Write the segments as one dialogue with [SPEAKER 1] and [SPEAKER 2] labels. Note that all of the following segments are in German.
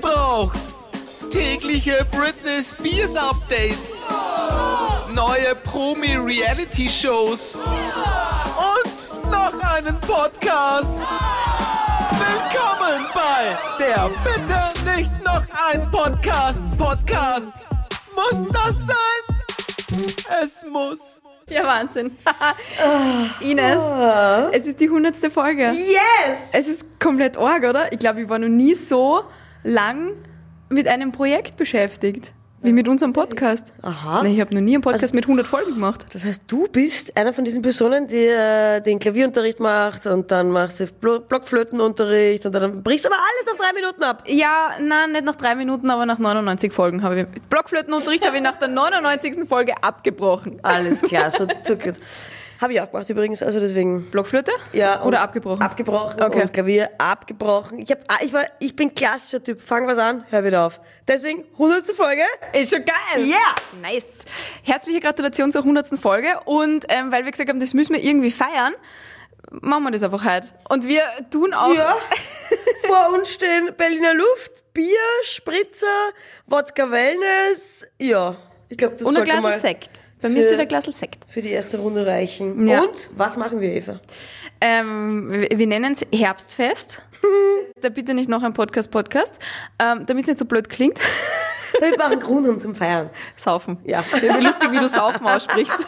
[SPEAKER 1] braucht. Tägliche Britney Spears Updates. Neue Promi-Reality-Shows. Und noch einen Podcast. Willkommen bei der Bitte nicht noch ein Podcast. Podcast. Muss das sein? Es muss.
[SPEAKER 2] Ja, Wahnsinn. Ines, es ist die hundertste Folge.
[SPEAKER 3] Yes!
[SPEAKER 2] Es ist komplett arg, oder? Ich glaube, ich war noch nie so lang mit einem Projekt beschäftigt, wie mit unserem Podcast.
[SPEAKER 3] Aha.
[SPEAKER 2] Nein, ich habe noch nie einen Podcast mit 100 Folgen gemacht.
[SPEAKER 3] Das heißt, du bist einer von diesen Personen, die äh, den Klavierunterricht macht und dann machst du Blo- Blockflötenunterricht und dann brichst aber alles auf drei Minuten ab.
[SPEAKER 2] Ja, nein, nicht nach drei Minuten, aber nach 99 Folgen habe ich... Blockflötenunterricht habe ich nach der 99. Folge abgebrochen.
[SPEAKER 3] Alles klar, so zuckert. Habe ich auch gemacht übrigens, also deswegen.
[SPEAKER 2] Blockflöte?
[SPEAKER 3] Ja, und
[SPEAKER 2] Oder abgebrochen?
[SPEAKER 3] Abgebrochen
[SPEAKER 2] Okay.
[SPEAKER 3] und Klavier abgebrochen. Ich, hab, ah, ich, war, ich bin klassischer Typ. Fang was an, hör wieder auf. Deswegen 100. Folge.
[SPEAKER 2] Ist schon geil.
[SPEAKER 3] Ja.
[SPEAKER 2] Nice. Herzliche Gratulation zur 100. Folge. Und ähm, weil wir gesagt haben, das müssen wir irgendwie feiern, machen wir das einfach heute. Und wir tun auch...
[SPEAKER 3] Ja. Vor uns stehen Berliner Luft, Bier, Spritzer, Wodka Wellness. Ja, ich glaube, das
[SPEAKER 2] Und ein
[SPEAKER 3] sollte
[SPEAKER 2] Glas
[SPEAKER 3] mal
[SPEAKER 2] Sekt. Bei mir
[SPEAKER 3] für-
[SPEAKER 2] steht ein Glas Sekt.
[SPEAKER 3] für die erste Runde reichen.
[SPEAKER 2] Ja.
[SPEAKER 3] Und was machen wir, Eva?
[SPEAKER 2] Ähm, wir wir nennen es Herbstfest. da bitte nicht noch ein Podcast-Podcast, ähm, damit es nicht so blöd klingt.
[SPEAKER 3] Damit machen Grund zum Feiern.
[SPEAKER 2] Saufen.
[SPEAKER 3] Ja.
[SPEAKER 2] Ja, wie lustig, wie du Saufen aussprichst.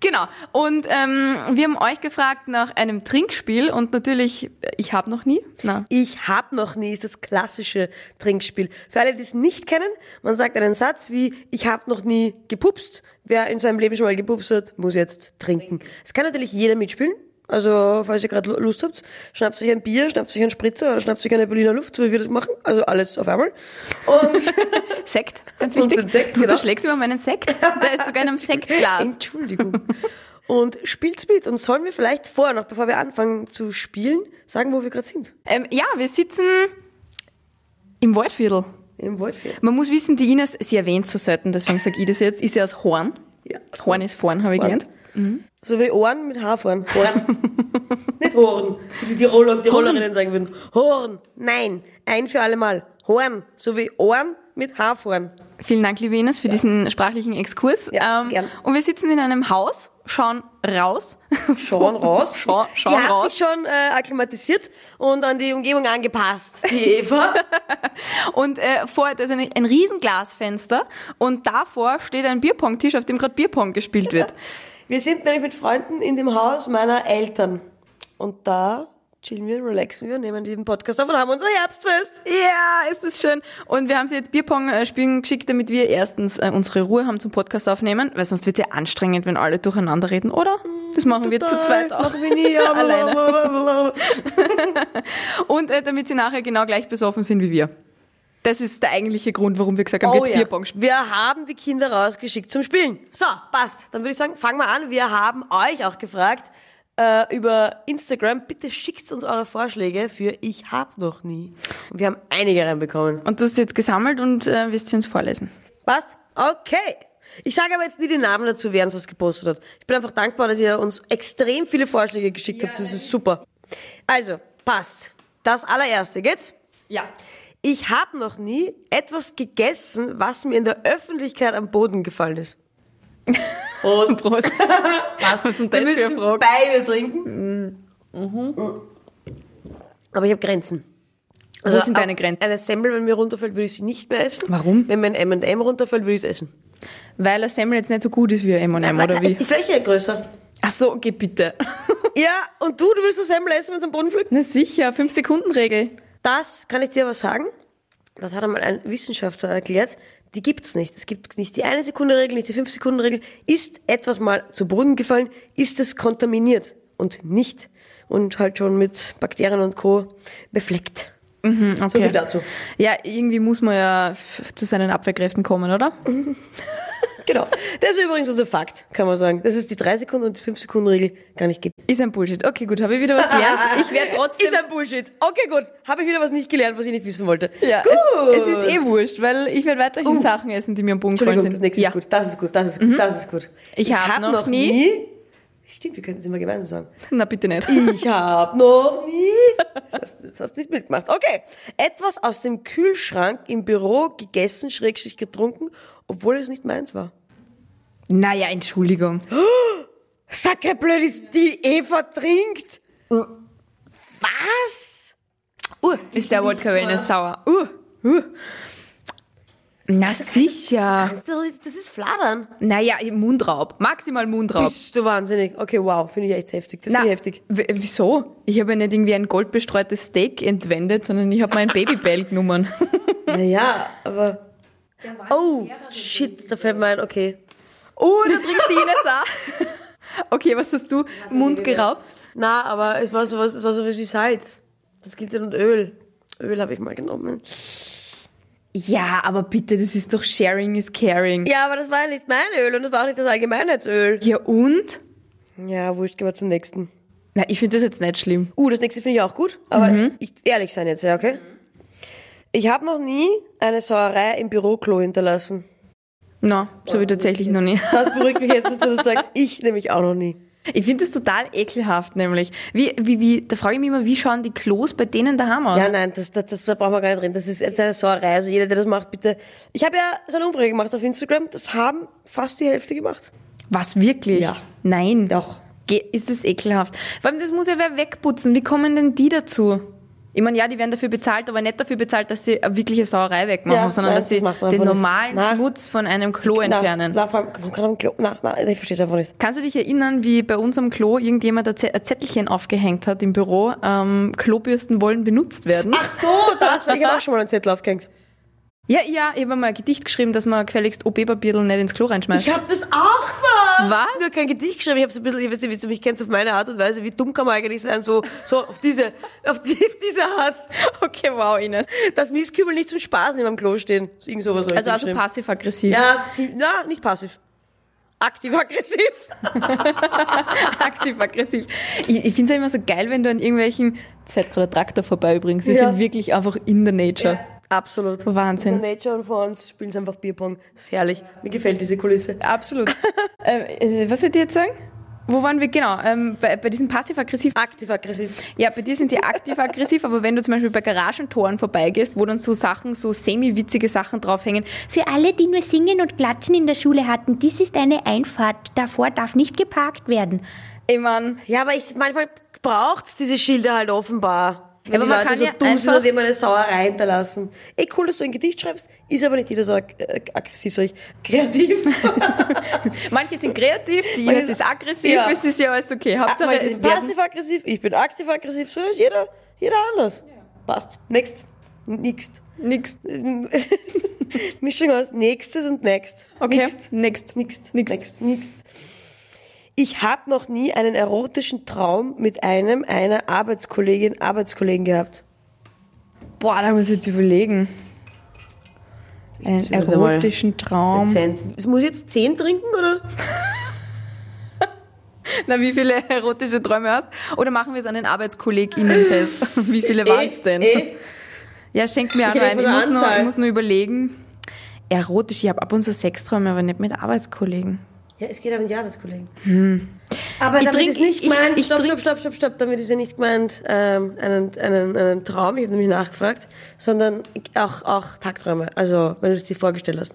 [SPEAKER 2] genau. Und ähm, wir haben euch gefragt nach einem Trinkspiel und natürlich, ich habe noch nie. Na.
[SPEAKER 3] Ich hab noch nie ist das klassische Trinkspiel. Für alle, die es nicht kennen, man sagt einen Satz wie ich hab noch nie gepupst. Wer in seinem Leben schon mal gepupst hat, muss jetzt trinken. Es kann natürlich jeder mitspielen. Also, falls ihr gerade Lust habt, schnappt euch ein Bier, schnappt euch einen Spritzer oder schnappt euch eine Berliner Luft, so wie wir das machen. Also alles auf einmal. Und
[SPEAKER 2] Sekt, ganz
[SPEAKER 3] Und
[SPEAKER 2] wichtig.
[SPEAKER 3] den Sekt,
[SPEAKER 2] du,
[SPEAKER 3] genau.
[SPEAKER 2] du schlägst über meinen Sekt. Der ist sogar in einem Sektglas.
[SPEAKER 3] Entschuldigung. Und spielt's mit. Und sollen wir vielleicht vorher noch, bevor wir anfangen zu spielen, sagen, wo wir gerade sind?
[SPEAKER 2] Ähm, ja, wir sitzen im Waldviertel.
[SPEAKER 3] Im Waldfeld.
[SPEAKER 2] Man muss wissen, die Ines, sie erwähnt so selten, deswegen sage ich das jetzt, ist ja aus Horn.
[SPEAKER 3] Ja.
[SPEAKER 2] Horn ist Horn, habe ich
[SPEAKER 3] Horn.
[SPEAKER 2] gelernt.
[SPEAKER 3] So wie Ohren mit Haarfahren. Horn. Nicht Horn. Wie die Tiroler und Tirolerinnen sagen würden. Horn. Nein. Ein für alle Mal. Horn. So wie Ohren mit Haarfahren.
[SPEAKER 2] Vielen Dank, liebe Ines, für diesen sprachlichen Exkurs. Ähm,
[SPEAKER 3] Ja, gern.
[SPEAKER 2] Und wir sitzen in einem Haus, schauen raus.
[SPEAKER 3] Schauen raus.
[SPEAKER 2] Schauen,
[SPEAKER 3] Sie
[SPEAKER 2] schauen
[SPEAKER 3] hat
[SPEAKER 2] raus.
[SPEAKER 3] sich schon äh, akklimatisiert und an die Umgebung angepasst, die Eva.
[SPEAKER 2] Und äh, vor, da ist ein, ein riesen Glasfenster und davor steht ein Bierpong-Tisch, auf dem gerade Bierpong gespielt wird.
[SPEAKER 3] wir sind nämlich mit Freunden in dem Haus meiner Eltern. Und da chillen wir, relaxen wir, nehmen diesen Podcast auf und haben unser Herbstfest.
[SPEAKER 2] Ja, ist das schön. Und wir haben sie jetzt Bierpong äh, spielen geschickt, damit wir erstens äh, unsere Ruhe haben zum Podcast aufnehmen, weil sonst wird ja anstrengend, wenn alle durcheinander reden, oder? Das machen wir zu zweit auch.
[SPEAKER 3] Mm, Machen wir nie.
[SPEAKER 2] Alleine.
[SPEAKER 3] Alleine.
[SPEAKER 2] Und äh, damit sie nachher genau gleich besoffen sind wie wir. Das ist der eigentliche Grund, warum wir gesagt
[SPEAKER 3] Oh
[SPEAKER 2] haben, jetzt Bierpong spielen.
[SPEAKER 3] Wir haben die Kinder rausgeschickt zum Spielen. So, passt. Dann würde ich sagen, fangen wir an. Wir haben euch auch gefragt äh, über Instagram. Bitte schickt uns eure Vorschläge für Ich hab noch nie. Und wir haben einige reinbekommen.
[SPEAKER 2] Und du hast sie jetzt gesammelt und äh, wirst sie uns vorlesen.
[SPEAKER 3] Passt? Okay. Ich sage aber jetzt nie den Namen dazu, wer uns das gepostet hat. Ich bin einfach dankbar, dass ihr uns extrem viele Vorschläge geschickt habt. Das ist super. Also, passt. Das allererste, geht's?
[SPEAKER 2] Ja.
[SPEAKER 3] Ich hab noch nie etwas gegessen, was mir in der Öffentlichkeit am Boden gefallen ist. Prost.
[SPEAKER 2] Prost. Was ist denn das
[SPEAKER 3] Wir
[SPEAKER 2] für eine
[SPEAKER 3] müssen
[SPEAKER 2] Frage? Mhm.
[SPEAKER 3] beide trinken. Aber ich habe Grenzen. Also
[SPEAKER 2] Wo sind deine
[SPEAKER 3] ab-
[SPEAKER 2] Grenzen?
[SPEAKER 3] Eine Semmel, wenn mir runterfällt, würde ich sie nicht mehr essen.
[SPEAKER 2] Warum?
[SPEAKER 3] Wenn mir ein M&M runterfällt, würde ich es essen.
[SPEAKER 2] Weil der Semmel jetzt nicht so gut ist wie ein M&M, oder
[SPEAKER 3] Nein, da
[SPEAKER 2] wie?
[SPEAKER 3] Ist die Fläche größer?
[SPEAKER 2] Ach so, okay, bitte.
[SPEAKER 3] Ja, und du, du würdest das Semmel essen, wenn es am Boden fliegt?
[SPEAKER 2] Na sicher, 5-Sekunden-Regel.
[SPEAKER 3] Das kann ich dir aber sagen. Das hat einmal ein Wissenschaftler erklärt. Die gibt's nicht. Es gibt nicht die eine Sekunde Regel, nicht die fünf Sekunden Regel. Ist etwas mal zu Boden gefallen, ist es kontaminiert und nicht und halt schon mit Bakterien und Co. befleckt.
[SPEAKER 2] Okay.
[SPEAKER 3] Hm, So viel dazu.
[SPEAKER 2] Ja, irgendwie muss man ja f- zu seinen Abwehrkräften kommen, oder?
[SPEAKER 3] Genau. Das ist übrigens unser Fakt, kann man sagen. Das ist die drei Sekunden und die fünf Sekunden Regel gar nicht gibt.
[SPEAKER 2] Ist ein Bullshit. Okay, gut, habe ich wieder was gelernt. Ich werde trotzdem...
[SPEAKER 3] Ist ein Bullshit. Okay, gut. Habe ich wieder was nicht gelernt, was ich nicht wissen wollte.
[SPEAKER 2] ja,
[SPEAKER 3] gut.
[SPEAKER 2] Es, es ist eh wurscht, weil ich werde weiterhin
[SPEAKER 3] Uh.
[SPEAKER 2] Sachen essen, die mir am Boden gefallen
[SPEAKER 3] Entschuldigung, das
[SPEAKER 2] sind.
[SPEAKER 3] nächste
[SPEAKER 2] Ja.
[SPEAKER 3] ist gut. Das ist gut, das ist gut, das ist gut.
[SPEAKER 2] Ich hab noch nie-
[SPEAKER 3] Stimmt, wir könnten es immer gemeinsam sagen.
[SPEAKER 2] Na bitte nicht.
[SPEAKER 3] Ich hab noch nie. Das hast, das hast nicht mitgemacht. Okay. Etwas aus dem Kühlschrank im Büro gegessen, schrägstrich getrunken, obwohl es nicht meins war.
[SPEAKER 2] Naja, Entschuldigung.
[SPEAKER 3] Sag kein Blödes, die Eva trinkt. Was?
[SPEAKER 2] Uh, ist der Wodka Wellness sauer. Uh, uh. Na sicher.
[SPEAKER 3] Das ist Fladern.
[SPEAKER 2] Naja, Mundraub. Maximal Mundraub.
[SPEAKER 3] Bist du wahnsinnig. Okay, wow. Finde ich echt heftig. Das
[SPEAKER 2] Na,
[SPEAKER 3] finde ich heftig.
[SPEAKER 2] w- Wieso? Ich habe ja nicht irgendwie ein goldbestreutes Steak entwendet, sondern ich habe mein Babybell genommen.
[SPEAKER 3] Naja, aber. Oh, shit, da fällt mir ein, okay.
[SPEAKER 2] Oh, da trinkt die Ines auch. Okay, was hast du? Mund geraubt?
[SPEAKER 3] Na, aber es war sowas, es war sowas wie Salz. Das gilt ja und Öl. Öl habe ich mal genommen.
[SPEAKER 2] Ja, aber bitte, das ist doch Sharing is Caring. Ja,
[SPEAKER 3] Ja, aber das war ja nicht mein Öl und das war auch nicht das Allgemeinheitsöl.
[SPEAKER 2] und?
[SPEAKER 3] Ja, wurscht, gehen wir zum nächsten.
[SPEAKER 2] Na, ich finde das jetzt nicht schlimm.
[SPEAKER 3] Uh, das nächste finde ich auch gut, aber ich ehrlich sein jetzt, ja, okay? Mhm. Ich habe noch nie eine Sauerei im Büroklo hinterlassen.
[SPEAKER 2] Na, so wie tatsächlich noch nie.
[SPEAKER 3] Das beruhigt mich jetzt, dass du das sagst. Ich nämlich auch noch nie.
[SPEAKER 2] Ich finde das total ekelhaft, nämlich. Wie, wie, wie, da frage ich mich immer, wie schauen die Klos bei denen daheim aus?
[SPEAKER 3] Ja, nein, das, das, das, da brauchen wir gar nicht reden. Das ist jetzt eine Sauerei. Also jeder, der das macht, bitte. Ich habe ja so eine Umfrage gemacht auf Instagram. Das haben fast die Hälfte gemacht.
[SPEAKER 2] Was, wirklich?
[SPEAKER 3] Ja.
[SPEAKER 2] Nein.
[SPEAKER 3] Doch.
[SPEAKER 2] Ge ist das ekelhaft. Vor allem, das muss ja wer wegputzen. Wie kommen denn die dazu? Ich meine, ja, die werden dafür bezahlt, aber nicht dafür bezahlt, dass sie eine wirkliche Sauerei wegmachen,
[SPEAKER 3] Ja,
[SPEAKER 2] sondern
[SPEAKER 3] nein,
[SPEAKER 2] dass sie
[SPEAKER 3] das macht man
[SPEAKER 2] den
[SPEAKER 3] einfach nicht.
[SPEAKER 2] normalen
[SPEAKER 3] Na.
[SPEAKER 2] Schmutz von einem Klo entfernen.
[SPEAKER 3] Na, na, vor allem, man kann am Klo, na, na, ich verstehe es einfach nicht.
[SPEAKER 2] Kannst du dich erinnern, wie bei uns am Klo irgendjemand ein Ze- ein Zettelchen aufgehängt hat im Büro, ähm, Klobürsten wollen benutzt werden?
[SPEAKER 3] Ach so, das, weil ich habe auch genau schon mal einen Zettel aufgehängt.
[SPEAKER 2] Ja, ja, ich habe mal ein Gedicht geschrieben, dass man gefälligst OB-Papierl nicht ins Klo reinschmeißt.
[SPEAKER 3] Ich habe das auch gemacht.
[SPEAKER 2] Was?
[SPEAKER 3] Nur kein Gedicht geschrieben. Ich habe ein bisschen, ich weiß nicht, wie du mich kennst, auf meine Art und Weise. Wie dumm kann man eigentlich sein? So, so auf diese, auf, die, auf diese Art.
[SPEAKER 2] Okay, wow, Ines.
[SPEAKER 3] Dass Mieskübel nicht zum Spaß neben dem Klo stehen. So, Irgend sowas hab ich
[SPEAKER 2] Also, also
[SPEAKER 3] geschrieben.
[SPEAKER 2] passiv-aggressiv.
[SPEAKER 3] Ja, zie- na, nicht passiv. Aktiv-aggressiv.
[SPEAKER 2] Aktiv-aggressiv. Ich, ich finde es ja immer so geil, wenn du an irgendwelchen. Jetzt fährt gerade ein Traktor vorbei übrigens. Wir
[SPEAKER 3] Ja.
[SPEAKER 2] sind wirklich einfach in der Nature.
[SPEAKER 3] Absolut.
[SPEAKER 2] Wahnsinn.
[SPEAKER 3] In der Nature und vor uns spielen sie einfach Bierpong. Ist herrlich. Mir gefällt diese Kulisse.
[SPEAKER 2] Absolut. ähm, äh, was würdet ihr jetzt sagen? Wo waren wir? Genau, ähm, bei, bei diesem passiv-aggressiv.
[SPEAKER 3] Aktiv-aggressiv.
[SPEAKER 2] Ja, bei dir sind sie aktiv-aggressiv, aber wenn du zum Beispiel bei Garagentoren vorbeigehst, wo dann so Sachen, so semi-witzige Sachen draufhängen,
[SPEAKER 4] Für alle, die nur Singen und Klatschen in der Schule hatten, dies ist eine Einfahrt. Davor darf nicht geparkt werden.
[SPEAKER 2] ich mein,
[SPEAKER 3] Ja, aber ich, manchmal braucht's diese Schilder halt offenbar. Wenn
[SPEAKER 2] aber
[SPEAKER 3] die
[SPEAKER 2] man
[SPEAKER 3] Leute
[SPEAKER 2] kann
[SPEAKER 3] so
[SPEAKER 2] ja
[SPEAKER 3] dumm sind
[SPEAKER 2] einfach-
[SPEAKER 3] und immer eine Sauerei hinterlassen. Ey, cool, dass du ein Gedicht schreibst, ist aber nicht jeder so ag äh, aggressiv, sag ich. Kreativ.
[SPEAKER 2] manche sind kreativ, die
[SPEAKER 3] Manche
[SPEAKER 2] Ines
[SPEAKER 3] sind-
[SPEAKER 2] ist aggressiv,
[SPEAKER 3] Ja. Ah,
[SPEAKER 2] es ist ja alles okay. Hauptsache,
[SPEAKER 3] Manche
[SPEAKER 2] es
[SPEAKER 3] sind
[SPEAKER 2] werden
[SPEAKER 3] passiv-aggressiv, ich bin aktiv-aggressiv, so ist jeder, jeder anders. Passt. Next. Next.
[SPEAKER 2] nichts.
[SPEAKER 3] Mischung aus nächstes und next.
[SPEAKER 2] Okay,
[SPEAKER 3] Next.
[SPEAKER 2] next.
[SPEAKER 3] Nix,
[SPEAKER 2] Nix.
[SPEAKER 3] nix, nix. Ich habe noch nie einen erotischen Traum mit einem einer Arbeitskollegin, Arbeitskollegen gehabt.
[SPEAKER 2] Boah, da muss ich jetzt überlegen. Einen
[SPEAKER 3] zähle mal.
[SPEAKER 2] erotischen Traum.
[SPEAKER 3] Dezent. Es muss ich jetzt 10 trinken, oder?
[SPEAKER 2] Na, wie viele erotische Träume hast? Oder machen wir es an den ArbeitskollegInnen fest? Wie viele waren es denn?
[SPEAKER 3] Eh,
[SPEAKER 2] Ja, schenk mir einen
[SPEAKER 3] rede
[SPEAKER 2] rein.
[SPEAKER 3] von
[SPEAKER 2] Ich
[SPEAKER 3] der
[SPEAKER 2] muss, nur,
[SPEAKER 3] Anzahl.
[SPEAKER 2] ich muss nur überlegen. Erotisch, ich habe ab und zu Sexträume, aber nicht mit Arbeitskollegen.
[SPEAKER 3] Ja, es geht aber um die Arbeitskollegen. Aber
[SPEAKER 2] Hm. Ich
[SPEAKER 3] damit
[SPEAKER 2] trink-
[SPEAKER 3] ist nicht
[SPEAKER 2] ich-
[SPEAKER 3] gemeint,
[SPEAKER 2] ich
[SPEAKER 3] stopp,
[SPEAKER 2] trink-
[SPEAKER 3] stopp, stopp, stopp, stopp, damit ist ja nicht gemeint ähm, einen, einen, einen Traum, ich habe nämlich nachgefragt, sondern auch, auch Tagträume, also wenn du es dir vorgestellt hast.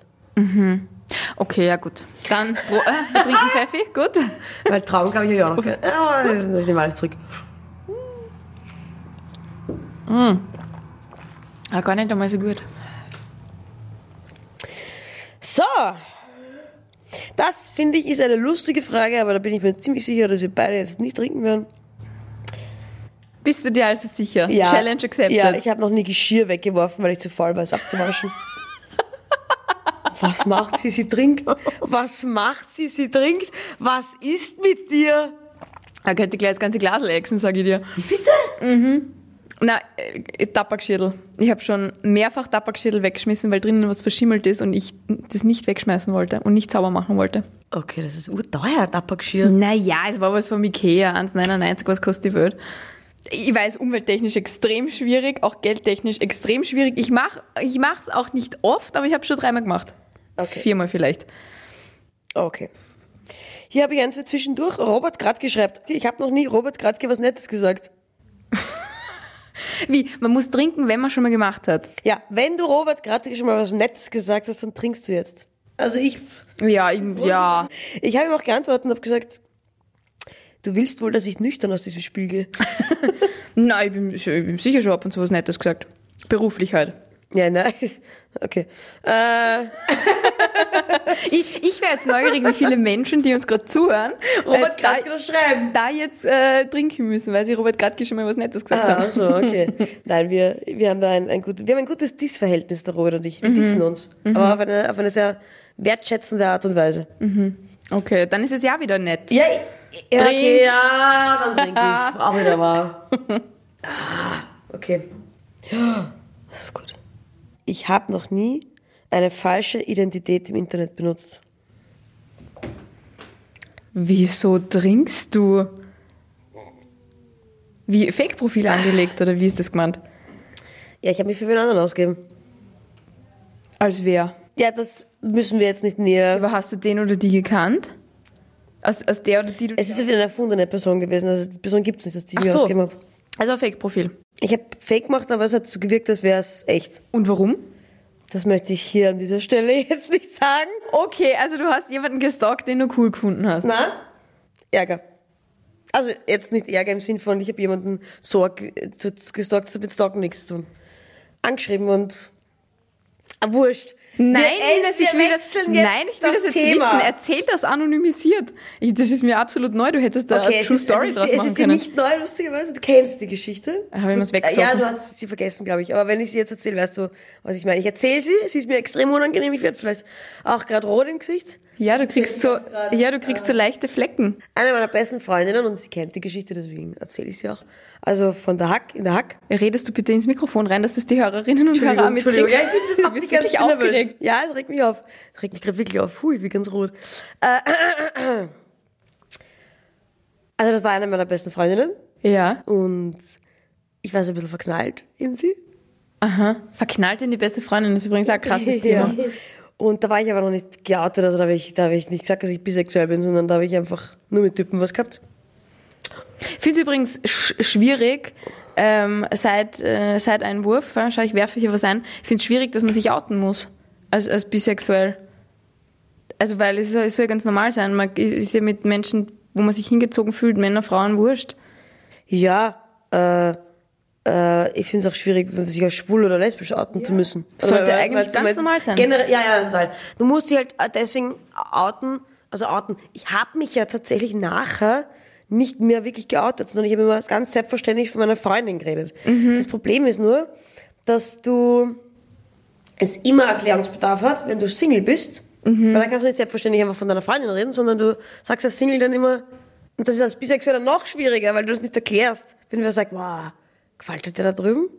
[SPEAKER 2] Okay, ja gut. Dann, Pro- äh, wir trinken Pfeffi, gut.
[SPEAKER 3] Weil Traum glaube ich hab ich auch noch keinen. Ah, das das nehmen wir alles zurück.
[SPEAKER 2] Ah, gar nicht einmal so gut.
[SPEAKER 3] So. Das finde ich ist eine lustige Frage, aber da bin ich mir ziemlich sicher, dass wir beide jetzt nicht trinken werden.
[SPEAKER 2] Bist du dir also sicher? Challenge accepted.
[SPEAKER 3] Ja, ich habe noch nie Geschirr weggeworfen, weil ich zu faul war, es abzuwaschen. Was macht sie? Sie trinkt. Was macht sie? Sie trinkt. Was ist mit dir?
[SPEAKER 2] Er könnte gleich das ganze Glas lexen, sage ich dir. Bitte? Mhm. Na, äh, Tabakschädel. Ich habe schon mehrfach Tabakschädel weggeschmissen, weil drinnen was verschimmelt ist und ich das nicht wegschmeißen wollte und nicht sauber machen wollte.
[SPEAKER 3] Okay, das ist urteuer, Tabakgeschirr.
[SPEAKER 2] Naja, es war was von Ikea, 1,99, was kostet die Welt? Ich weiß, umwelttechnisch extrem schwierig, auch geldtechnisch extrem schwierig. Ich mache ich mach's auch nicht oft, aber ich habe schon dreimal gemacht.
[SPEAKER 3] Okay.
[SPEAKER 2] Viermal vielleicht.
[SPEAKER 3] Okay. Hier habe ich eins für zwischendurch. Robert Gradke schreibt. Ich habe noch nie Robert Gradke was Nettes gesagt.
[SPEAKER 2] Wie? Man muss trinken, wenn man schon mal gemacht hat.
[SPEAKER 3] Ja, wenn du Robert Gradke schon mal was Nettes gesagt hast, dann trinkst du jetzt. Also ich,
[SPEAKER 2] Ja, ich, ja.
[SPEAKER 3] ich habe ihm auch geantwortet und habe gesagt, du willst wohl, dass ich nüchtern aus diesem Spiel gehe.
[SPEAKER 2] Nein, ich bin, ich bin sicher schon ab und zu was Nettes gesagt. Beruflich halt.
[SPEAKER 3] Ja, nein. Okay. Äh,
[SPEAKER 2] Ich, ich wäre jetzt neugierig, wie viele Menschen, die uns gerade zuhören, äh,
[SPEAKER 3] Robert
[SPEAKER 2] da,
[SPEAKER 3] Gradke das schreiben.
[SPEAKER 2] da jetzt äh, trinken müssen, weil sie Robert Gradke schon mal was Nettes gesagt
[SPEAKER 3] Ah,
[SPEAKER 2] haben.
[SPEAKER 3] also, okay. Nein, wir, wir haben da ein, ein gutes, wir haben ein gutes Diss-Verhältnis, der Robert und ich. Wir dissen uns. Aber auf eine, auf eine sehr wertschätzende Art und Weise.
[SPEAKER 2] Okay, dann ist es ja wieder nett.
[SPEAKER 3] Ja, ja,
[SPEAKER 2] Trink.
[SPEAKER 3] okay, ja, dann trinke ich. Auch wieder wahr. Ah, okay. Ja, das ist gut. Ich habe noch nie eine falsche Identität im Internet benutzt.
[SPEAKER 2] Wieso trinkst du? Wie Fake-Profil angelegt oder wie ist das gemeint?
[SPEAKER 3] Ja, ich habe mich für wen anderen ausgegeben.
[SPEAKER 2] Als wer?
[SPEAKER 3] Ja, das müssen wir jetzt nicht näher.
[SPEAKER 2] Aber hast du den oder die gekannt? Aus, aus der oder die du.
[SPEAKER 3] Es ist ja wieder eine erfundene Person gewesen. Also die Person gibt es nicht, dass die
[SPEAKER 2] Ach
[SPEAKER 3] ich
[SPEAKER 2] so.
[SPEAKER 3] ausgegeben habe.
[SPEAKER 2] Also ein Fake-Profil.
[SPEAKER 3] Ich habe Fake gemacht, aber es hat so gewirkt, als wäre es echt.
[SPEAKER 2] Und warum?
[SPEAKER 3] Das möchte ich hier an dieser Stelle jetzt nicht sagen.
[SPEAKER 2] Okay, also du hast jemanden gestalkt, den du cool gefunden hast.
[SPEAKER 3] Na? Ärger. Also jetzt nicht Ärger im Sinn von, ich habe jemanden Sorg äh, zu, zu gestalkt, das hat mit Stalken nichts zu tun. Angeschrieben und... Ah, wurscht.
[SPEAKER 2] Nein,
[SPEAKER 3] Wir
[SPEAKER 2] Ines,
[SPEAKER 3] enden-
[SPEAKER 2] ich
[SPEAKER 3] wir
[SPEAKER 2] will das,
[SPEAKER 3] wechseln jetzt
[SPEAKER 2] nein, ich will das, jetzt wissen. Erzähl das anonymisiert. Ich, das ist mir absolut neu. Du hättest da
[SPEAKER 3] Okay,
[SPEAKER 2] eine
[SPEAKER 3] es
[SPEAKER 2] True
[SPEAKER 3] ist,
[SPEAKER 2] Story
[SPEAKER 3] es ist,
[SPEAKER 2] draus
[SPEAKER 3] es
[SPEAKER 2] machen
[SPEAKER 3] ist dir
[SPEAKER 2] können.
[SPEAKER 3] nicht neu, lustigerweise. Du kennst die Geschichte.
[SPEAKER 2] Habe ich mir's
[SPEAKER 3] Du- äh,
[SPEAKER 2] weggesoffen?
[SPEAKER 3] Ja, du hast sie vergessen, glaube ich. Aber wenn ich sie jetzt erzähle, weißt du, was ich meine. Ich erzähle sie, sie ist mir extrem unangenehm. Ich werde vielleicht auch gerade rot im Gesicht.
[SPEAKER 2] Ja, du kriegst so, ja, du kriegst so
[SPEAKER 3] Äh.
[SPEAKER 2] leichte Flecken.
[SPEAKER 3] Eine meiner besten Freundinnen, und sie kennt die Geschichte, deswegen erzähle ich sie auch. Also von der Hack, in der Hack.
[SPEAKER 2] Redest du bitte ins Mikrofon rein, dass das die Hörerinnen und Hörer auch mitkriegen?
[SPEAKER 3] Ja, ich bin
[SPEAKER 2] Du bist wirklich aufgeregt.
[SPEAKER 3] Ja, es regt mich auf. Es regt mich gerade wirklich auf. Puh, ich bin ganz rot. Äh, Also das war eine meiner besten Freundinnen
[SPEAKER 2] Ja.
[SPEAKER 3] und ich war so ein bisschen verknallt in sie.
[SPEAKER 2] Aha. Verknallt in die beste Freundin ist übrigens auch ein krasses Thema.
[SPEAKER 3] Ja. Und da war ich aber noch nicht geoutet, also da habe ich, da habe ich nicht gesagt, dass ich bisexuell bin, sondern da habe ich einfach nur mit Typen was gehabt.
[SPEAKER 2] Finde es übrigens sch schwierig, ähm, seit, äh, seit Einwurf, ja, schau, ich werfe hier was ein, finde es schwierig, dass man sich outen muss als, als bisexuell. Also weil es, soll- es soll ja ganz normal sein, man ist ist ja mit Menschen, wo man sich hingezogen fühlt, Männer, Frauen, wurscht.
[SPEAKER 3] Ja, äh, äh, ich finde es auch schwierig, wenn sich als schwul oder lesbisch outen zu müssen.
[SPEAKER 2] Sollte
[SPEAKER 3] Oder-
[SPEAKER 2] eigentlich
[SPEAKER 3] weil
[SPEAKER 2] ganz
[SPEAKER 3] zumindest
[SPEAKER 2] normal sein.
[SPEAKER 3] Generell, ja, ja, total. Du musst dich halt äh, deswegen outen, also outen. Ich habe mich ja tatsächlich nachher nicht mehr wirklich geoutet, sondern ich habe immer ganz selbstverständlich von meiner Freundin geredet.
[SPEAKER 2] Mhm.
[SPEAKER 3] Das Problem ist nur, dass du es immer Erklärungsbedarf hat, wenn du Single bist. Weil dann kannst du nicht selbstverständlich einfach von deiner Freundin reden, sondern du sagst als Single dann immer, und das ist als Bisexueller noch schwieriger, weil du es nicht erklärst. Wenn wer sagt, wow, gefällt dir der da drüben?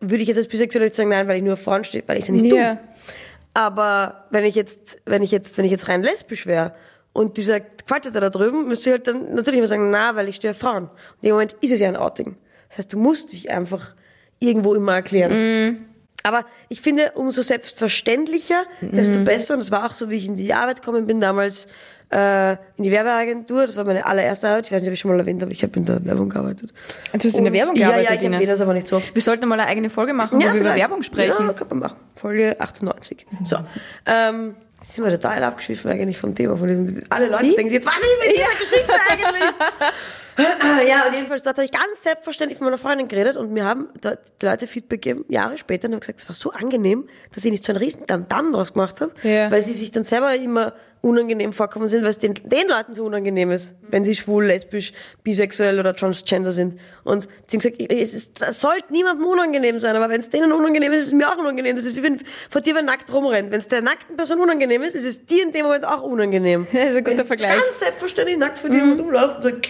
[SPEAKER 3] Würde ich jetzt als Bisexueller nicht sagen, nein, weil ich nur auf Frauen stehe, weil ich ja nicht dumm. Aber wenn ich jetzt, wenn ich jetzt, wenn ich jetzt rein lesbisch wäre und dieser gefällt dir der da drüben, müsste ich halt dann natürlich immer sagen, na, weil ich stehe auf Frauen. Und in dem Moment ist es ja ein Outing. Das heißt, du musst dich einfach irgendwo immer erklären.
[SPEAKER 2] Mm.
[SPEAKER 3] Aber ich finde, umso selbstverständlicher, desto
[SPEAKER 2] Mm.
[SPEAKER 3] besser. Und das war auch so, wie ich in die Arbeit gekommen bin, damals äh, in die Werbeagentur. Das war meine allererste Arbeit. Ich weiß nicht, ob ich schon mal erwähnt habe, ich habe in der Werbung gearbeitet.
[SPEAKER 2] Du hast in der
[SPEAKER 3] Und-
[SPEAKER 2] Werbung
[SPEAKER 3] Ja, ja,
[SPEAKER 2] gearbeitet,
[SPEAKER 3] ich erwähne
[SPEAKER 2] Ines.
[SPEAKER 3] das aber nicht so oft.
[SPEAKER 2] Wir sollten mal eine eigene Folge machen, wo wir über
[SPEAKER 3] vielleicht.
[SPEAKER 2] Werbung sprechen.
[SPEAKER 3] Ja, kann man machen. Folge 98. So. Ähm, jetzt sind wir total abgeschwiffen eigentlich vom Thema. Von diesem, alle Leute denken sich jetzt, was ist mit dieser Geschichte eigentlich? Ah, ja, und jedenfalls, dort habe ich ganz selbstverständlich von meiner Freundin geredet und mir haben dort die Leute Feedback gegeben, Jahre später, und haben gesagt, es war so angenehm, dass ich nicht so einen riesen Damm-Damm draus gemacht habe,
[SPEAKER 2] Ja.
[SPEAKER 3] weil sie sich dann selber immer unangenehm vorkommen sind, weil es den, den Leuten so unangenehm ist, wenn sie schwul, lesbisch, bisexuell oder transgender sind. Und sie haben gesagt, es, ist, es sollte niemandem unangenehm sein, aber wenn es denen unangenehm ist, ist es mir auch unangenehm. Das ist wie wenn vor dir wer nackt rumrennt. Wenn es der nackten Person unangenehm ist, ist es dir in dem Moment auch unangenehm.
[SPEAKER 2] Das ist ein guter
[SPEAKER 3] Wenn
[SPEAKER 2] Vergleich.
[SPEAKER 3] Ganz selbstverständlich nackt vor
[SPEAKER 2] Mhm.
[SPEAKER 3] dir und rumläuft und sagt,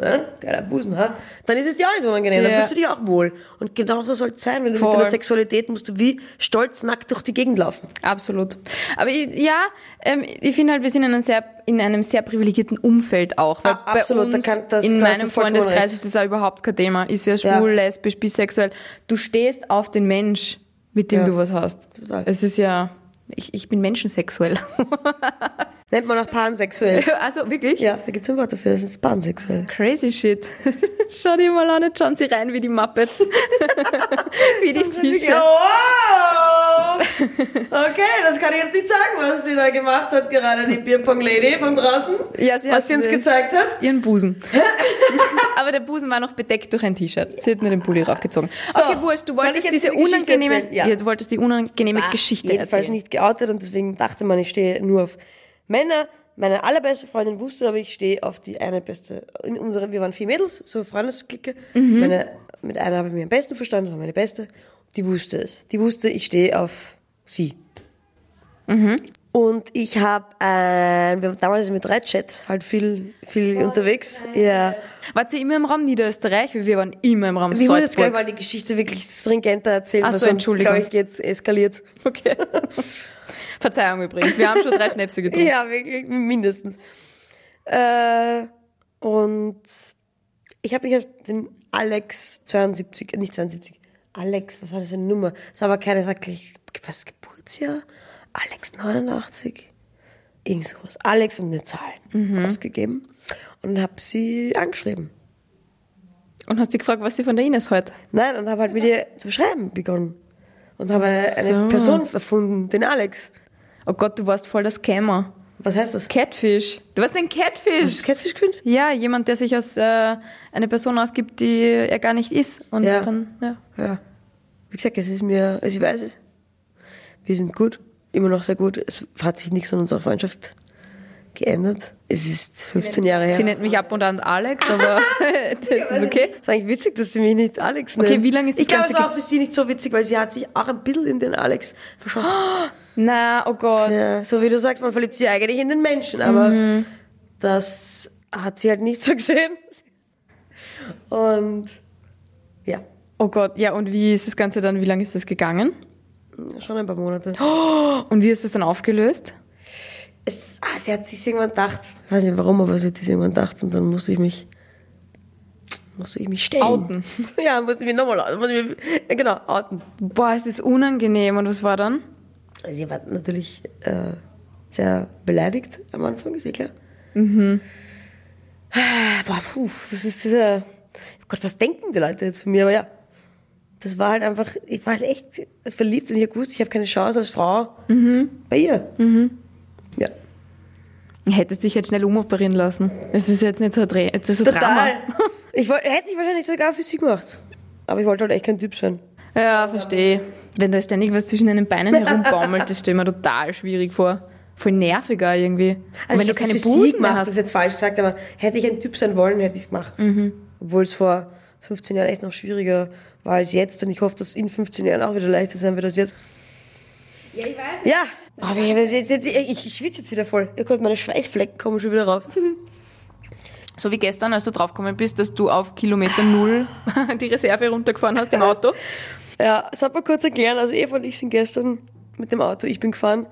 [SPEAKER 3] ja, geiler Busen, ha? Dann ist es dir auch nicht unangenehm,
[SPEAKER 2] Ja.
[SPEAKER 3] dann fühlst du dich auch wohl. Und genau so soll es sein, wenn du
[SPEAKER 2] Voll.
[SPEAKER 3] mit deiner Sexualität musst du wie stolz nackt durch die Gegend laufen.
[SPEAKER 2] Absolut. Aber ich, ja, ähm, ich finde halt, wir sind in einem sehr, in einem sehr privilegierten Umfeld auch. Weil
[SPEAKER 3] Ah, absolut,
[SPEAKER 2] bei uns
[SPEAKER 3] da kann- das-
[SPEAKER 2] in
[SPEAKER 3] da hast
[SPEAKER 2] meinem
[SPEAKER 3] du vollkommen
[SPEAKER 2] Freundeskreis
[SPEAKER 3] recht.
[SPEAKER 2] ist das auch überhaupt kein Thema. Ist wer schwul,
[SPEAKER 3] Ja.
[SPEAKER 2] lesbisch, bisexuell. Du stehst auf den Mensch, mit dem
[SPEAKER 3] Ja.
[SPEAKER 2] du was hast.
[SPEAKER 3] Total.
[SPEAKER 2] Es ist ja Ich, ich bin menschensexuell.
[SPEAKER 3] Nennt man auch pansexuell.
[SPEAKER 2] also wirklich?
[SPEAKER 3] Ja, da gibt's ein Wort dafür, das ist pansexuell.
[SPEAKER 2] Crazy shit. Schau die mal an, jetzt schauen sie rein wie die Muppets. wie die Fische.
[SPEAKER 3] Wow! Okay, das kann ich jetzt nicht sagen, was sie da gemacht hat, gerade die Bierpong-Lady von draußen.
[SPEAKER 2] Ja, sie
[SPEAKER 3] was
[SPEAKER 2] hat
[SPEAKER 3] sie uns
[SPEAKER 2] sie-
[SPEAKER 3] gezeigt hat.
[SPEAKER 2] Ihren Busen. Aber der Busen war noch bedeckt durch ein T-Shirt. Sie hat nur den Pulli raufgezogen. okay, Wurscht, du
[SPEAKER 3] soll ich
[SPEAKER 2] wolltest
[SPEAKER 3] jetzt
[SPEAKER 2] diese
[SPEAKER 3] diese Geschichte
[SPEAKER 2] unangenehme,
[SPEAKER 3] erzählen? Ja.
[SPEAKER 2] ja. du wolltest die unangenehme Geschichte
[SPEAKER 3] jedenfalls
[SPEAKER 2] erzählen.
[SPEAKER 3] nicht geoutet und deswegen dachte man, ich stehe nur auf Männer. Meine allerbeste Freundin wusste, aber ich stehe auf die eine beste. In unserer, wir waren vier Mädels, so Freundesklicke.
[SPEAKER 2] Mhm.
[SPEAKER 3] Meine, mit einer habe ich mich am besten verstanden, das war meine beste. Die wusste es. Die wusste, ich stehe auf sie.
[SPEAKER 2] Mhm.
[SPEAKER 3] Und ich habe, äh, wir waren damals mit Redchat halt viel, viel unterwegs. Ja.
[SPEAKER 2] Wart ihr immer im Raum Niederösterreich? Weil Wir waren immer im Raum
[SPEAKER 3] Ich muss jetzt gleich
[SPEAKER 2] Salzburg.
[SPEAKER 3] mal die Geschichte wirklich stringenter erzählen,
[SPEAKER 2] Ach so,
[SPEAKER 3] weil sonst,
[SPEAKER 2] Entschuldigung.
[SPEAKER 3] glaube ich, jetzt eskaliert.
[SPEAKER 2] Okay. Verzeihung übrigens, wir haben schon drei Schnäpse getrunken.
[SPEAKER 3] Ja, wirklich, mindestens. Äh, und ich habe mich als den Alex 72, äh, nicht 72, Alex, was war das für eine Nummer? Das war aber keine, das war gleich, was, Geburtsjahr? Alex 89? Irgend sowas. Alex und eine Zahl ausgegeben und habe sie angeschrieben.
[SPEAKER 2] Und hast dich gefragt, was sie von der Ines heute?
[SPEAKER 3] Nein, und habe halt mit ihr zu schreiben begonnen. Und habe eine, eine
[SPEAKER 2] So.
[SPEAKER 3] Person erfunden, den Alex.
[SPEAKER 2] Oh Gott, du warst voll der Scammer.
[SPEAKER 3] Was heißt das?
[SPEAKER 2] Catfish. Du warst ein Catfish.
[SPEAKER 3] Ist Catfish-Kind?
[SPEAKER 2] Ja, jemand, der sich als äh, eine Person ausgibt, die er gar nicht ist. Und
[SPEAKER 3] Ja.
[SPEAKER 2] dann, ja.
[SPEAKER 3] Ja. Wie gesagt, es ist mir, also ich weiß es. Wir sind gut, immer noch sehr gut. Es hat sich nichts an unserer Freundschaft geändert. Es ist 15 Jahre her.
[SPEAKER 2] Sie nennt mich ab und an Alex, aber das ist okay.
[SPEAKER 3] ist eigentlich witzig, dass sie mich nicht Alex nennt.
[SPEAKER 2] Okay, wie lange ist
[SPEAKER 3] Ich
[SPEAKER 2] das
[SPEAKER 3] glaube, es
[SPEAKER 2] Ganze
[SPEAKER 3] war auch für sie nicht so witzig, weil sie hat sich auch ein bisschen in den Alex verschossen.
[SPEAKER 2] Na, oh Gott.
[SPEAKER 3] Ja, so wie du sagst, man verliebt sich eigentlich in den Menschen, aber
[SPEAKER 2] Mhm.
[SPEAKER 3] das hat sie halt nicht so gesehen. Und ja,
[SPEAKER 2] Oh Gott, ja, und wie ist das Ganze dann, wie lange ist das gegangen?
[SPEAKER 3] schon ein paar Monate.
[SPEAKER 2] Und wie hast du es dann aufgelöst?
[SPEAKER 3] es, ah, sie hat sich irgendwann gedacht. Ich weiß nicht warum, aber sie hat sich irgendwann gedacht und dann musste ich mich, musste ich mich stellen.
[SPEAKER 2] Outen.
[SPEAKER 3] Ja, musste ich mich nochmal outen. musste ich mich- ja, Genau, outen.
[SPEAKER 2] Boah, es ist unangenehm. Und was war dann?
[SPEAKER 3] Sie war natürlich äh, sehr beleidigt am Anfang, ist eh klar. Mhm. Boah, puh, das ist dieser, oh Gott, was denken die Leute jetzt von mir? Aber ja, das war halt einfach, ich war halt echt verliebt und ich hab gewusst, ich habe keine Chance als Frau bei ihr. Ja.
[SPEAKER 2] Hättest dich jetzt schnell umoperieren lassen. Es ist jetzt nicht so ein, Dre es ist so ein
[SPEAKER 3] Total.
[SPEAKER 2] Drama.
[SPEAKER 3] Ich woll- hätte ich wahrscheinlich sogar für sie gemacht. Aber ich wollte halt echt kein Typ sein.
[SPEAKER 2] Ja, verstehe. Wenn da ständig was zwischen deinen Beinen herumbaumelt, das stelle ich mir total schwierig vor. Voll nerviger irgendwie. Und wenn du
[SPEAKER 3] Also ich hätte
[SPEAKER 2] keine
[SPEAKER 3] für sie
[SPEAKER 2] Busen
[SPEAKER 3] gemacht,
[SPEAKER 2] mehr
[SPEAKER 3] das
[SPEAKER 2] hast.
[SPEAKER 3] ist jetzt falsch gesagt, aber hätte ich ein Typ sein wollen, hätte ich es gemacht.
[SPEAKER 2] Mhm.
[SPEAKER 3] Obwohl es vor 15 Jahren echt noch schwieriger war als jetzt. Und ich hoffe, dass in 15 Jahren auch wieder leichter sein wird als jetzt. Ja, ich weiß. Ja. Aber ich, jetzt- jetzt- ich, ich schwitze jetzt wieder voll. Ihr könnt meine Schweißflecken kommen schon wieder rauf.
[SPEAKER 2] So wie gestern, als du draufgekommen bist, dass du auf Kilometer Null die Reserve runtergefahren hast im Auto.
[SPEAKER 3] Ja, das hat man kurz erklären. Also Eva und ich sind gestern mit dem Auto, ich bin gefahren.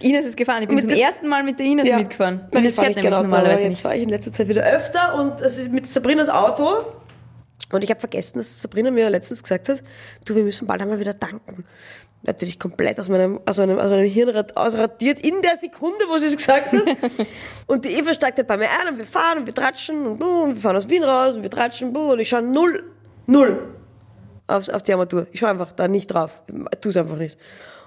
[SPEAKER 2] Ines ist gefahren. Ich bin
[SPEAKER 3] Mit
[SPEAKER 2] zum
[SPEAKER 3] dem-
[SPEAKER 2] ersten Mal mit der Ines
[SPEAKER 3] Ja.
[SPEAKER 2] mitgefahren.
[SPEAKER 3] Nein,
[SPEAKER 2] Ines
[SPEAKER 3] ich war
[SPEAKER 2] fährt
[SPEAKER 3] nicht
[SPEAKER 2] nämlich
[SPEAKER 3] genau da,
[SPEAKER 2] normalerweise
[SPEAKER 3] aber
[SPEAKER 2] nicht.
[SPEAKER 3] Jetzt war ich in letzter Zeit wieder öfter und es ist mit Sabrinas Auto. Und ich habe vergessen, dass Sabrina mir letztens gesagt hat, du, wir müssen bald einmal wieder danken. Natürlich komplett aus meinem, aus meinem, aus meinem Hirn rat- ausradiert in der Sekunde, wo sie es gesagt hat. und die Eva steigt halt bei mir ein und wir fahren und wir tratschen und, buh, und wir fahren aus Wien raus und wir tratschen buh, und ich schaue null, null aufs, auf die Armatur. Ich schaue einfach da nicht drauf. Tu es einfach nicht.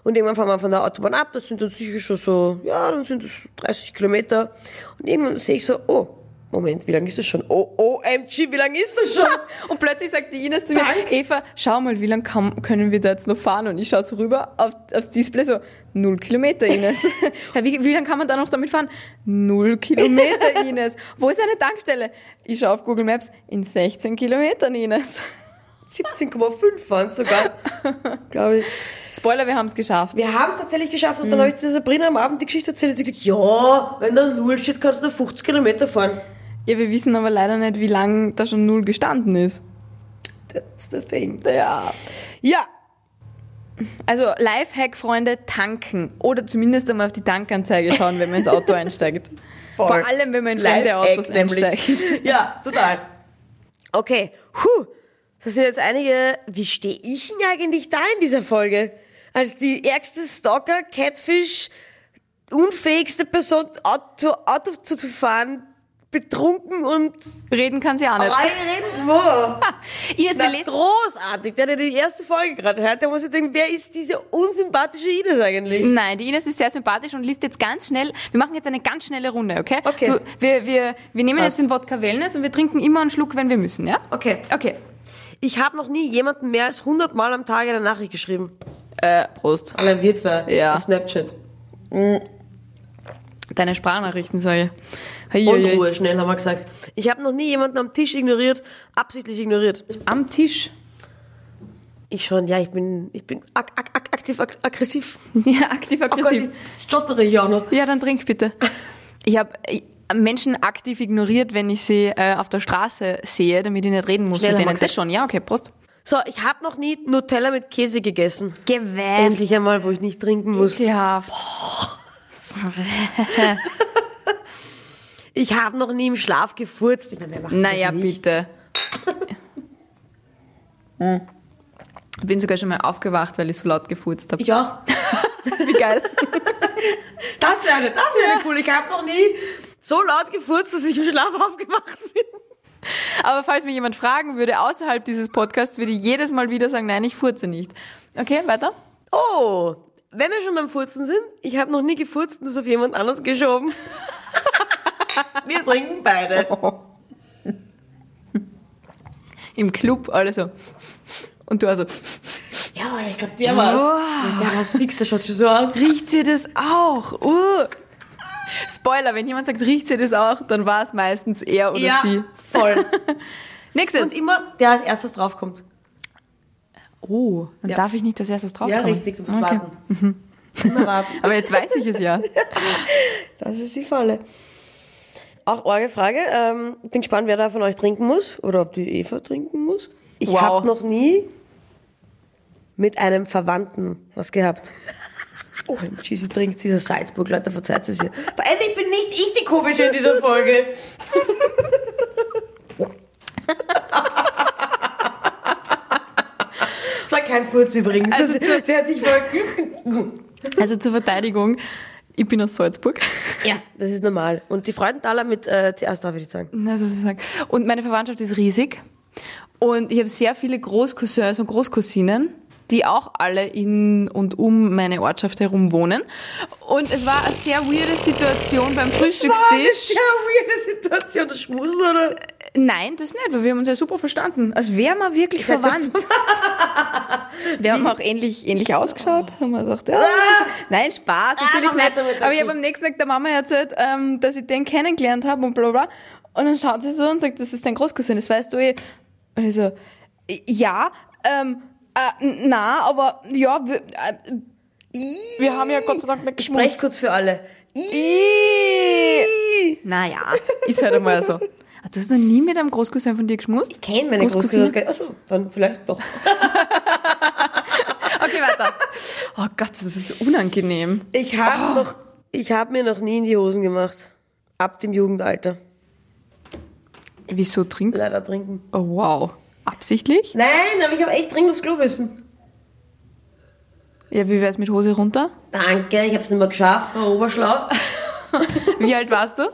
[SPEAKER 3] Und irgendwann fahren wir von der Autobahn ab, das sind dann sicher schon so, ja, dann sind das 30 Kilometer. Und irgendwann sehe ich so, oh, Moment, wie lange ist das schon? Oh, OMG, wie lange ist das schon?
[SPEAKER 2] Und plötzlich sagt die Ines zu mir,
[SPEAKER 3] Dank.
[SPEAKER 2] Eva, schau mal, wie lange können wir da jetzt noch fahren? Und ich schaue so rüber auf, aufs Display, so, null Kilometer, Ines. ja, wie, wie lange kann man da noch damit fahren? Null Kilometer, Ines. Wo ist eine Tankstelle? Ich schaue auf Google Maps, in 16 Kilometern, Ines.
[SPEAKER 3] 17,5 waren es sogar, glaube ich.
[SPEAKER 2] Spoiler, wir haben es geschafft.
[SPEAKER 3] Wir haben es tatsächlich geschafft und dann habe ich der Sabrina am Abend die Geschichte erzählt und sie gesagt, ja, wenn da null steht, kannst du da 50 Kilometer fahren.
[SPEAKER 2] Ja, wir wissen aber leider nicht, wie lange da schon null gestanden ist.
[SPEAKER 3] That's the thing.
[SPEAKER 2] Ja.
[SPEAKER 3] Ja,
[SPEAKER 2] Also Lifehack, Freunde, tanken. Oder zumindest einmal auf die Tankanzeige schauen, wenn man ins Auto einsteigt.
[SPEAKER 3] Voll.
[SPEAKER 2] Vor allem, wenn man in fremde
[SPEAKER 3] Lifehack
[SPEAKER 2] Autos
[SPEAKER 3] nämlich.
[SPEAKER 2] einsteigt.
[SPEAKER 3] Ja, total. Okay, puh, das sind jetzt einige, wie stehe ich denn eigentlich da in dieser Folge? als die ärgste Stalker, Catfish, unfähigste Person Auto, Auto zu, zu fahren, betrunken und
[SPEAKER 2] Reden kann sie auch nicht.
[SPEAKER 3] reden. Wow.
[SPEAKER 4] Ines, wir
[SPEAKER 3] Na,
[SPEAKER 4] lesen
[SPEAKER 3] großartig, der, der die erste Folge gerade hört, der muss sich denken, wer ist diese unsympathische Ines eigentlich?
[SPEAKER 2] Nein, die Ines ist sehr sympathisch und liest jetzt ganz schnell. Wir machen jetzt eine ganz schnelle Runde, okay?
[SPEAKER 3] Okay.
[SPEAKER 2] Du, wir, wir, wir nehmen
[SPEAKER 3] Passt.
[SPEAKER 2] jetzt den Wodka Wellness und wir trinken immer einen Schluck, wenn wir müssen, ja?
[SPEAKER 3] Okay.
[SPEAKER 2] Okay.
[SPEAKER 3] Ich habe noch nie jemanden mehr als 100 Mal am Tag eine Nachricht geschrieben.
[SPEAKER 2] Äh, Prost.
[SPEAKER 3] Allein wir zwei
[SPEAKER 2] Ja.
[SPEAKER 3] auf Snapchat.
[SPEAKER 2] Deine Sprachnachrichten, sage ich. Hei,
[SPEAKER 3] Und
[SPEAKER 2] hei, hei.
[SPEAKER 3] Ruhe, schnell haben wir gesagt. Ich habe noch nie jemanden am Tisch ignoriert, absichtlich ignoriert.
[SPEAKER 2] Am Tisch.
[SPEAKER 3] Ich schon, ja, ich bin, ich bin ak ak ak aktiv ag aggressiv.
[SPEAKER 2] Ja, aktiv
[SPEAKER 3] Oh Gott,
[SPEAKER 2] aggressiv.
[SPEAKER 3] jetzt stottere ich auch noch.
[SPEAKER 2] Ja, dann trink bitte. Ich habe Menschen aktiv ignoriert, wenn ich sie äh, auf der Straße sehe, damit ich nicht reden muss
[SPEAKER 3] Schnell
[SPEAKER 2] mit
[SPEAKER 3] haben wir
[SPEAKER 2] denen. Das
[SPEAKER 3] gesagt.
[SPEAKER 2] schon, ja, okay, Prost.
[SPEAKER 3] So, ich habe noch nie Nutella mit Käse gegessen.
[SPEAKER 4] gewählt.
[SPEAKER 3] Endlich einmal, wo ich nicht trinken muss.
[SPEAKER 2] Ekelhaft.
[SPEAKER 3] Ich habe noch nie im Schlaf gefurzt. Ich meine, wer macht
[SPEAKER 2] Naja,
[SPEAKER 3] das nicht?
[SPEAKER 2] bitte. Ich Hm. bin sogar schon mal aufgewacht, weil ich so laut gefurzt habe.
[SPEAKER 3] Ich auch.
[SPEAKER 2] Wie geil.
[SPEAKER 3] Das wäre eine, das wäre eine cool. Ich habe noch nie so laut gefurzt, dass ich im Schlaf aufgewacht bin.
[SPEAKER 2] Aber falls mich jemand fragen würde, außerhalb dieses Podcasts, würde ich jedes Mal wieder sagen, nein, ich furze nicht. Okay, weiter.
[SPEAKER 3] Oh, wenn wir schon beim Furzen sind, ich habe noch nie gefurzt und das auf jemand anders geschoben. wir trinken beide.
[SPEAKER 2] Im Club, alle so. Und du also,
[SPEAKER 3] Ja, aber ich glaube, der war's. Ja, Der war's fix, der schaut schon so aus.
[SPEAKER 2] riecht ihr das auch? Uh. Spoiler, wenn jemand sagt, riecht ihr das auch, dann war es meistens er oder sie.
[SPEAKER 3] voll.
[SPEAKER 2] Nächstes.
[SPEAKER 3] Und immer der als erstes draufkommt.
[SPEAKER 2] Oh, dann
[SPEAKER 3] Ja.
[SPEAKER 2] darf ich nicht als erstes
[SPEAKER 3] Ja,
[SPEAKER 2] draufkommen.
[SPEAKER 3] richtig, du musst
[SPEAKER 2] Okay.
[SPEAKER 3] warten. Immer warten.
[SPEAKER 2] Aber jetzt weiß ich es ja.
[SPEAKER 3] Das ist die Falle. Auch orge Frage. Ähm, bin gespannt, wer da von euch trinken muss oder ob die Eva trinken muss. Ich
[SPEAKER 2] Wow.
[SPEAKER 3] habe noch nie mit einem Verwandten was gehabt. Oh, sie trinkt dieser Salzburg, Leute, verzeiht es ihr. Aber endlich bin nicht ich die Komische in dieser Folge. Das war kein Furz übrigens.
[SPEAKER 2] Also
[SPEAKER 3] Also, sie hat sich voll Glück.
[SPEAKER 2] Also zur Verteidigung, ich bin aus Salzburg.
[SPEAKER 4] Ja.
[SPEAKER 3] Das ist normal. Und die Freudenthaler mit äh, zuerst darf ich nicht sagen.
[SPEAKER 2] Na, sozusagen. Also Und meine Verwandtschaft ist riesig. Und ich habe sehr viele Großcousins und Großcousinen, die auch alle in und um meine Ortschaft herum wohnen. Und es war eine sehr weirde Situation beim Frühstückstisch.
[SPEAKER 3] weirde Situation, das Schmusen, oder?
[SPEAKER 2] Nein, das nicht, weil wir haben uns ja super verstanden. Als wären wir wirklich
[SPEAKER 3] seid so
[SPEAKER 2] verwandt. wir haben auch ähnlich, ähnlich ausgeschaut. Haben wir gesagt, ja. Nein, Spaß, natürlich
[SPEAKER 3] mach weiter mit
[SPEAKER 2] nicht.
[SPEAKER 3] der
[SPEAKER 2] Aber ich habe am nächsten Tag der Mama erzählt, ähm, dass ich den kennengelernt habe und bla bla. Und dann schaut sie so und sagt, das ist dein Großcousin, das weißt du eh. Und ich so, ja, ähm, äh, na, aber ja, wir, äh, wir haben ja Gott sei Dank nicht
[SPEAKER 3] Brech
[SPEAKER 2] geschmust.
[SPEAKER 3] kurz für alle.
[SPEAKER 2] Naja, ist halt einmal so. Ah, Du hast noch nie mit einem Großcousin von dir geschmust? Ich
[SPEAKER 3] Kennen meine Großcousine. Achso, dann vielleicht doch.
[SPEAKER 2] Okay, weiter. Oh Gott, das ist unangenehm.
[SPEAKER 3] Ich habe noch, ich habe mir noch nie in die Hosen gemacht. Ab dem Jugendalter.
[SPEAKER 2] Wieso trinkt?
[SPEAKER 3] Leider trinken.
[SPEAKER 2] Oh wow. Absichtlich?
[SPEAKER 3] Nein, aber ich habe echt dringend aufs Klo müssen.
[SPEAKER 2] Ja, wie wär's mit Hose runter?
[SPEAKER 3] Danke, ich habe es nicht mehr geschafft, war oberschlau.
[SPEAKER 2] Wie alt warst du?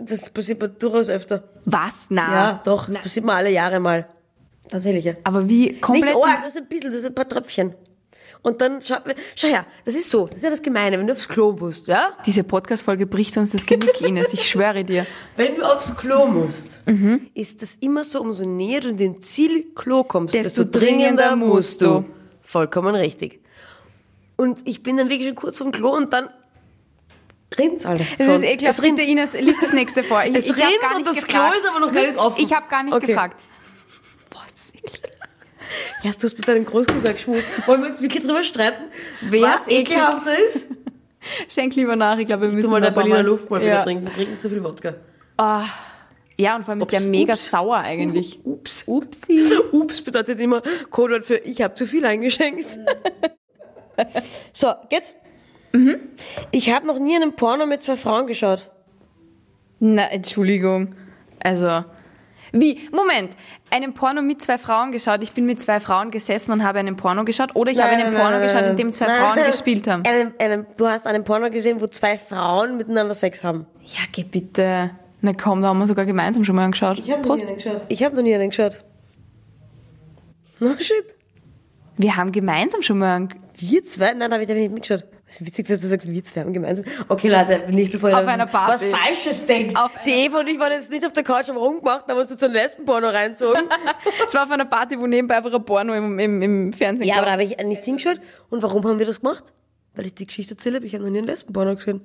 [SPEAKER 3] Das passiert mir durchaus öfter.
[SPEAKER 2] Was? Na.
[SPEAKER 3] Ja, doch, das passiert mir alle Jahre mal. Tatsächlich, ja.
[SPEAKER 2] Aber wie
[SPEAKER 3] Nicht
[SPEAKER 2] komplett?
[SPEAKER 3] arg, das ist ein bisschen, das sind ein paar Tröpfchen. Und dann, schau, schau her, das ist so, das ist ja das Gemeine, wenn du aufs Klo musst, ja?
[SPEAKER 2] Diese Podcast-Folge bricht uns das Genick, Ines. Ich schwöre dir.
[SPEAKER 3] Wenn du aufs Klo musst, Mhm. ist das immer so, umso näher du dem Ziel Klo kommst,
[SPEAKER 2] Desto dringender musst du.
[SPEAKER 3] Vollkommen richtig. Und ich bin dann wirklich schon kurz vom Klo und dann rinnt's, Alter.
[SPEAKER 2] Es
[SPEAKER 3] Schon.
[SPEAKER 2] ist eh ekelhaft.
[SPEAKER 3] Es rinnt.
[SPEAKER 2] Bitte, Ines, liest das nächste vor. Ich,
[SPEAKER 3] Es
[SPEAKER 2] ich hab
[SPEAKER 3] rinnt
[SPEAKER 2] gar
[SPEAKER 3] und
[SPEAKER 2] nicht
[SPEAKER 3] das
[SPEAKER 2] gefragt.
[SPEAKER 3] Klo ist aber noch gar nicht offen.
[SPEAKER 2] Ich habe gar nicht
[SPEAKER 3] Okay.
[SPEAKER 2] gefragt. Boah, ist das eklig.
[SPEAKER 3] Erst du hast mit deinem Großcousin geschmust. Wollen wir uns wirklich drüber streiten, wer
[SPEAKER 2] Was? eh
[SPEAKER 3] ekelhafter ist?
[SPEAKER 2] Schenk lieber nach. Ich glaube, wir
[SPEAKER 3] Du
[SPEAKER 2] müssen
[SPEAKER 3] mal der
[SPEAKER 2] noch
[SPEAKER 3] Berliner
[SPEAKER 2] einmal-
[SPEAKER 3] Luft mal
[SPEAKER 2] ja.
[SPEAKER 3] wieder trinken. Wir trinken zu viel Wodka.
[SPEAKER 2] Ah. Ja, und vor allem ist
[SPEAKER 3] Ups,
[SPEAKER 2] der mega
[SPEAKER 3] ups.
[SPEAKER 2] sauer eigentlich.
[SPEAKER 3] Ups.
[SPEAKER 2] Upsi.
[SPEAKER 3] Ups bedeutet immer Codewort für ich habe zu viel eingeschenkt. so, geht's?
[SPEAKER 2] Mhm.
[SPEAKER 3] Ich habe noch nie einen Porno mit zwei Frauen geschaut.
[SPEAKER 2] Na, Entschuldigung. Also, Wie? Moment, einen Porno mit zwei Frauen geschaut. Ich bin mit zwei Frauen gesessen und habe einen Porno geschaut. Oder ich habe einen Porno geschaut, in dem zwei Frauen gespielt haben.
[SPEAKER 3] Einen, einen, du hast einen Porno gesehen, wo zwei Frauen miteinander Sex haben.
[SPEAKER 2] Ja, geh bitte. Na komm, da haben wir sogar gemeinsam schon mal angeschaut. Prost.
[SPEAKER 3] Ich habe noch nie einen geschaut. No shit.
[SPEAKER 2] Wir haben gemeinsam schon mal angeschaut.
[SPEAKER 3] Wir zwei? Nein, da habe ich definitiv nicht mitgeschaut. Es ist witzig, dass du sagst, wir zwei haben gemeinsam. Okay, Leute, nicht bevor ihr
[SPEAKER 2] Auf einer Party.
[SPEAKER 3] was Falsches denkt.
[SPEAKER 2] Auf
[SPEAKER 3] die Eva und ich waren jetzt nicht auf der Couch am rumgemacht, haben uns jetzt so einen Lesbenporno reinzogen.
[SPEAKER 2] Es war auf einer Party, wo nebenbei einfach ein Porno im, im, im Fernsehen
[SPEAKER 3] ja, aber da
[SPEAKER 2] kam.
[SPEAKER 3] habe ich nicht hingeschaut. Und warum haben wir das gemacht? Weil ich die Geschichte erzählt habe, ich habe noch nie einen Lesbenporno gesehen.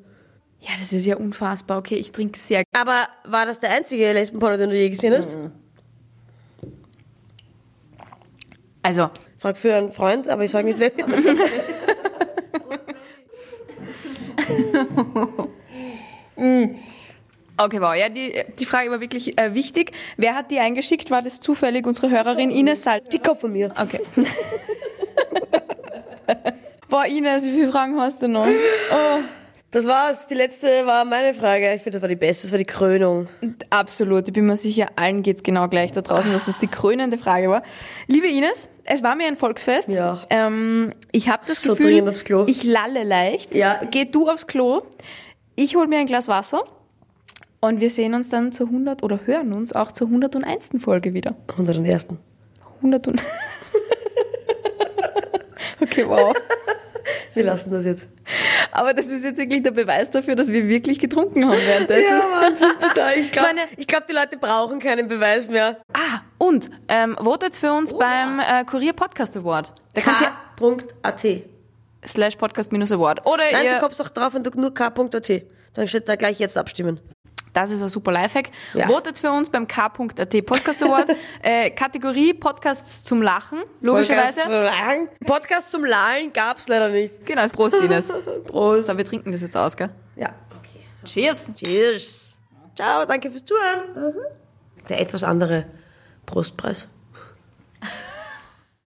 [SPEAKER 2] Ja, das ist ja unfassbar. Okay, ich trinke sehr.
[SPEAKER 3] Aber war das der einzige Lesbenporno, den du je gesehen hast?
[SPEAKER 2] Mhm. Also,
[SPEAKER 3] Frag für einen Freund, aber ich sage nicht welchen.
[SPEAKER 2] okay, wow. Ja, die, die Frage war wirklich äh, wichtig. Wer hat die eingeschickt? War das zufällig unsere Hörerin Ines Salt?
[SPEAKER 3] Die Kopf von mir.
[SPEAKER 2] Okay. Boah, Ines, wie viele Fragen hast du noch? Oh.
[SPEAKER 3] Das war's. Die letzte war meine Frage. Ich finde, das war die beste. Das war die Krönung.
[SPEAKER 2] Absolut, ich bin mir sicher, allen geht's genau gleich da draußen, dass das die krönende Frage war. Liebe Ines, es war mir ein Volksfest.
[SPEAKER 3] Ja.
[SPEAKER 2] Ähm, ich habe das
[SPEAKER 3] So
[SPEAKER 2] Gefühl,
[SPEAKER 3] dringend aufs Klo.
[SPEAKER 2] ich lalle leicht.
[SPEAKER 3] Ja.
[SPEAKER 2] Geh du aufs Klo, ich hol mir ein Glas Wasser und wir sehen uns dann zur 100 oder hören uns auch zur 101. Folge wieder.
[SPEAKER 3] 101.
[SPEAKER 2] 100 und Okay, wow.
[SPEAKER 3] Wir lassen das jetzt.
[SPEAKER 2] Aber das ist jetzt wirklich der Beweis dafür, dass wir wirklich getrunken haben währenddessen.
[SPEAKER 3] Wahnsinn, total. Ich
[SPEAKER 2] glaub- So eine-
[SPEAKER 3] ich glaub, die Leute brauchen keinen Beweis mehr.
[SPEAKER 2] Ah, und ähm, votet für uns
[SPEAKER 3] Oh
[SPEAKER 2] beim äh, Kurier Podcast Award. Da könnt ihr
[SPEAKER 3] K.at. Nein,
[SPEAKER 2] slash podcast minus award. Oder
[SPEAKER 3] du
[SPEAKER 2] ihr,
[SPEAKER 3] kommst doch drauf, wenn du nur K.at. Dann steht da gleich jetzt abstimmen.
[SPEAKER 2] das ist ein super Lifehack,
[SPEAKER 3] Ja.
[SPEAKER 2] votet für uns beim k.at Podcast Award. äh, Kategorie Podcasts zum Lachen,
[SPEAKER 3] Podcast äh. zum
[SPEAKER 2] logischerweise.
[SPEAKER 3] Lachen. Podcast zum Lachen gab's leider nicht.
[SPEAKER 2] Genau, Prost, Ines.
[SPEAKER 3] Prost.
[SPEAKER 2] So, wir trinken das jetzt aus, gell?
[SPEAKER 3] Ja.
[SPEAKER 2] Cheers.
[SPEAKER 3] Cheers. Ciao, danke fürs Zuhören. Der etwas andere Brustpreis.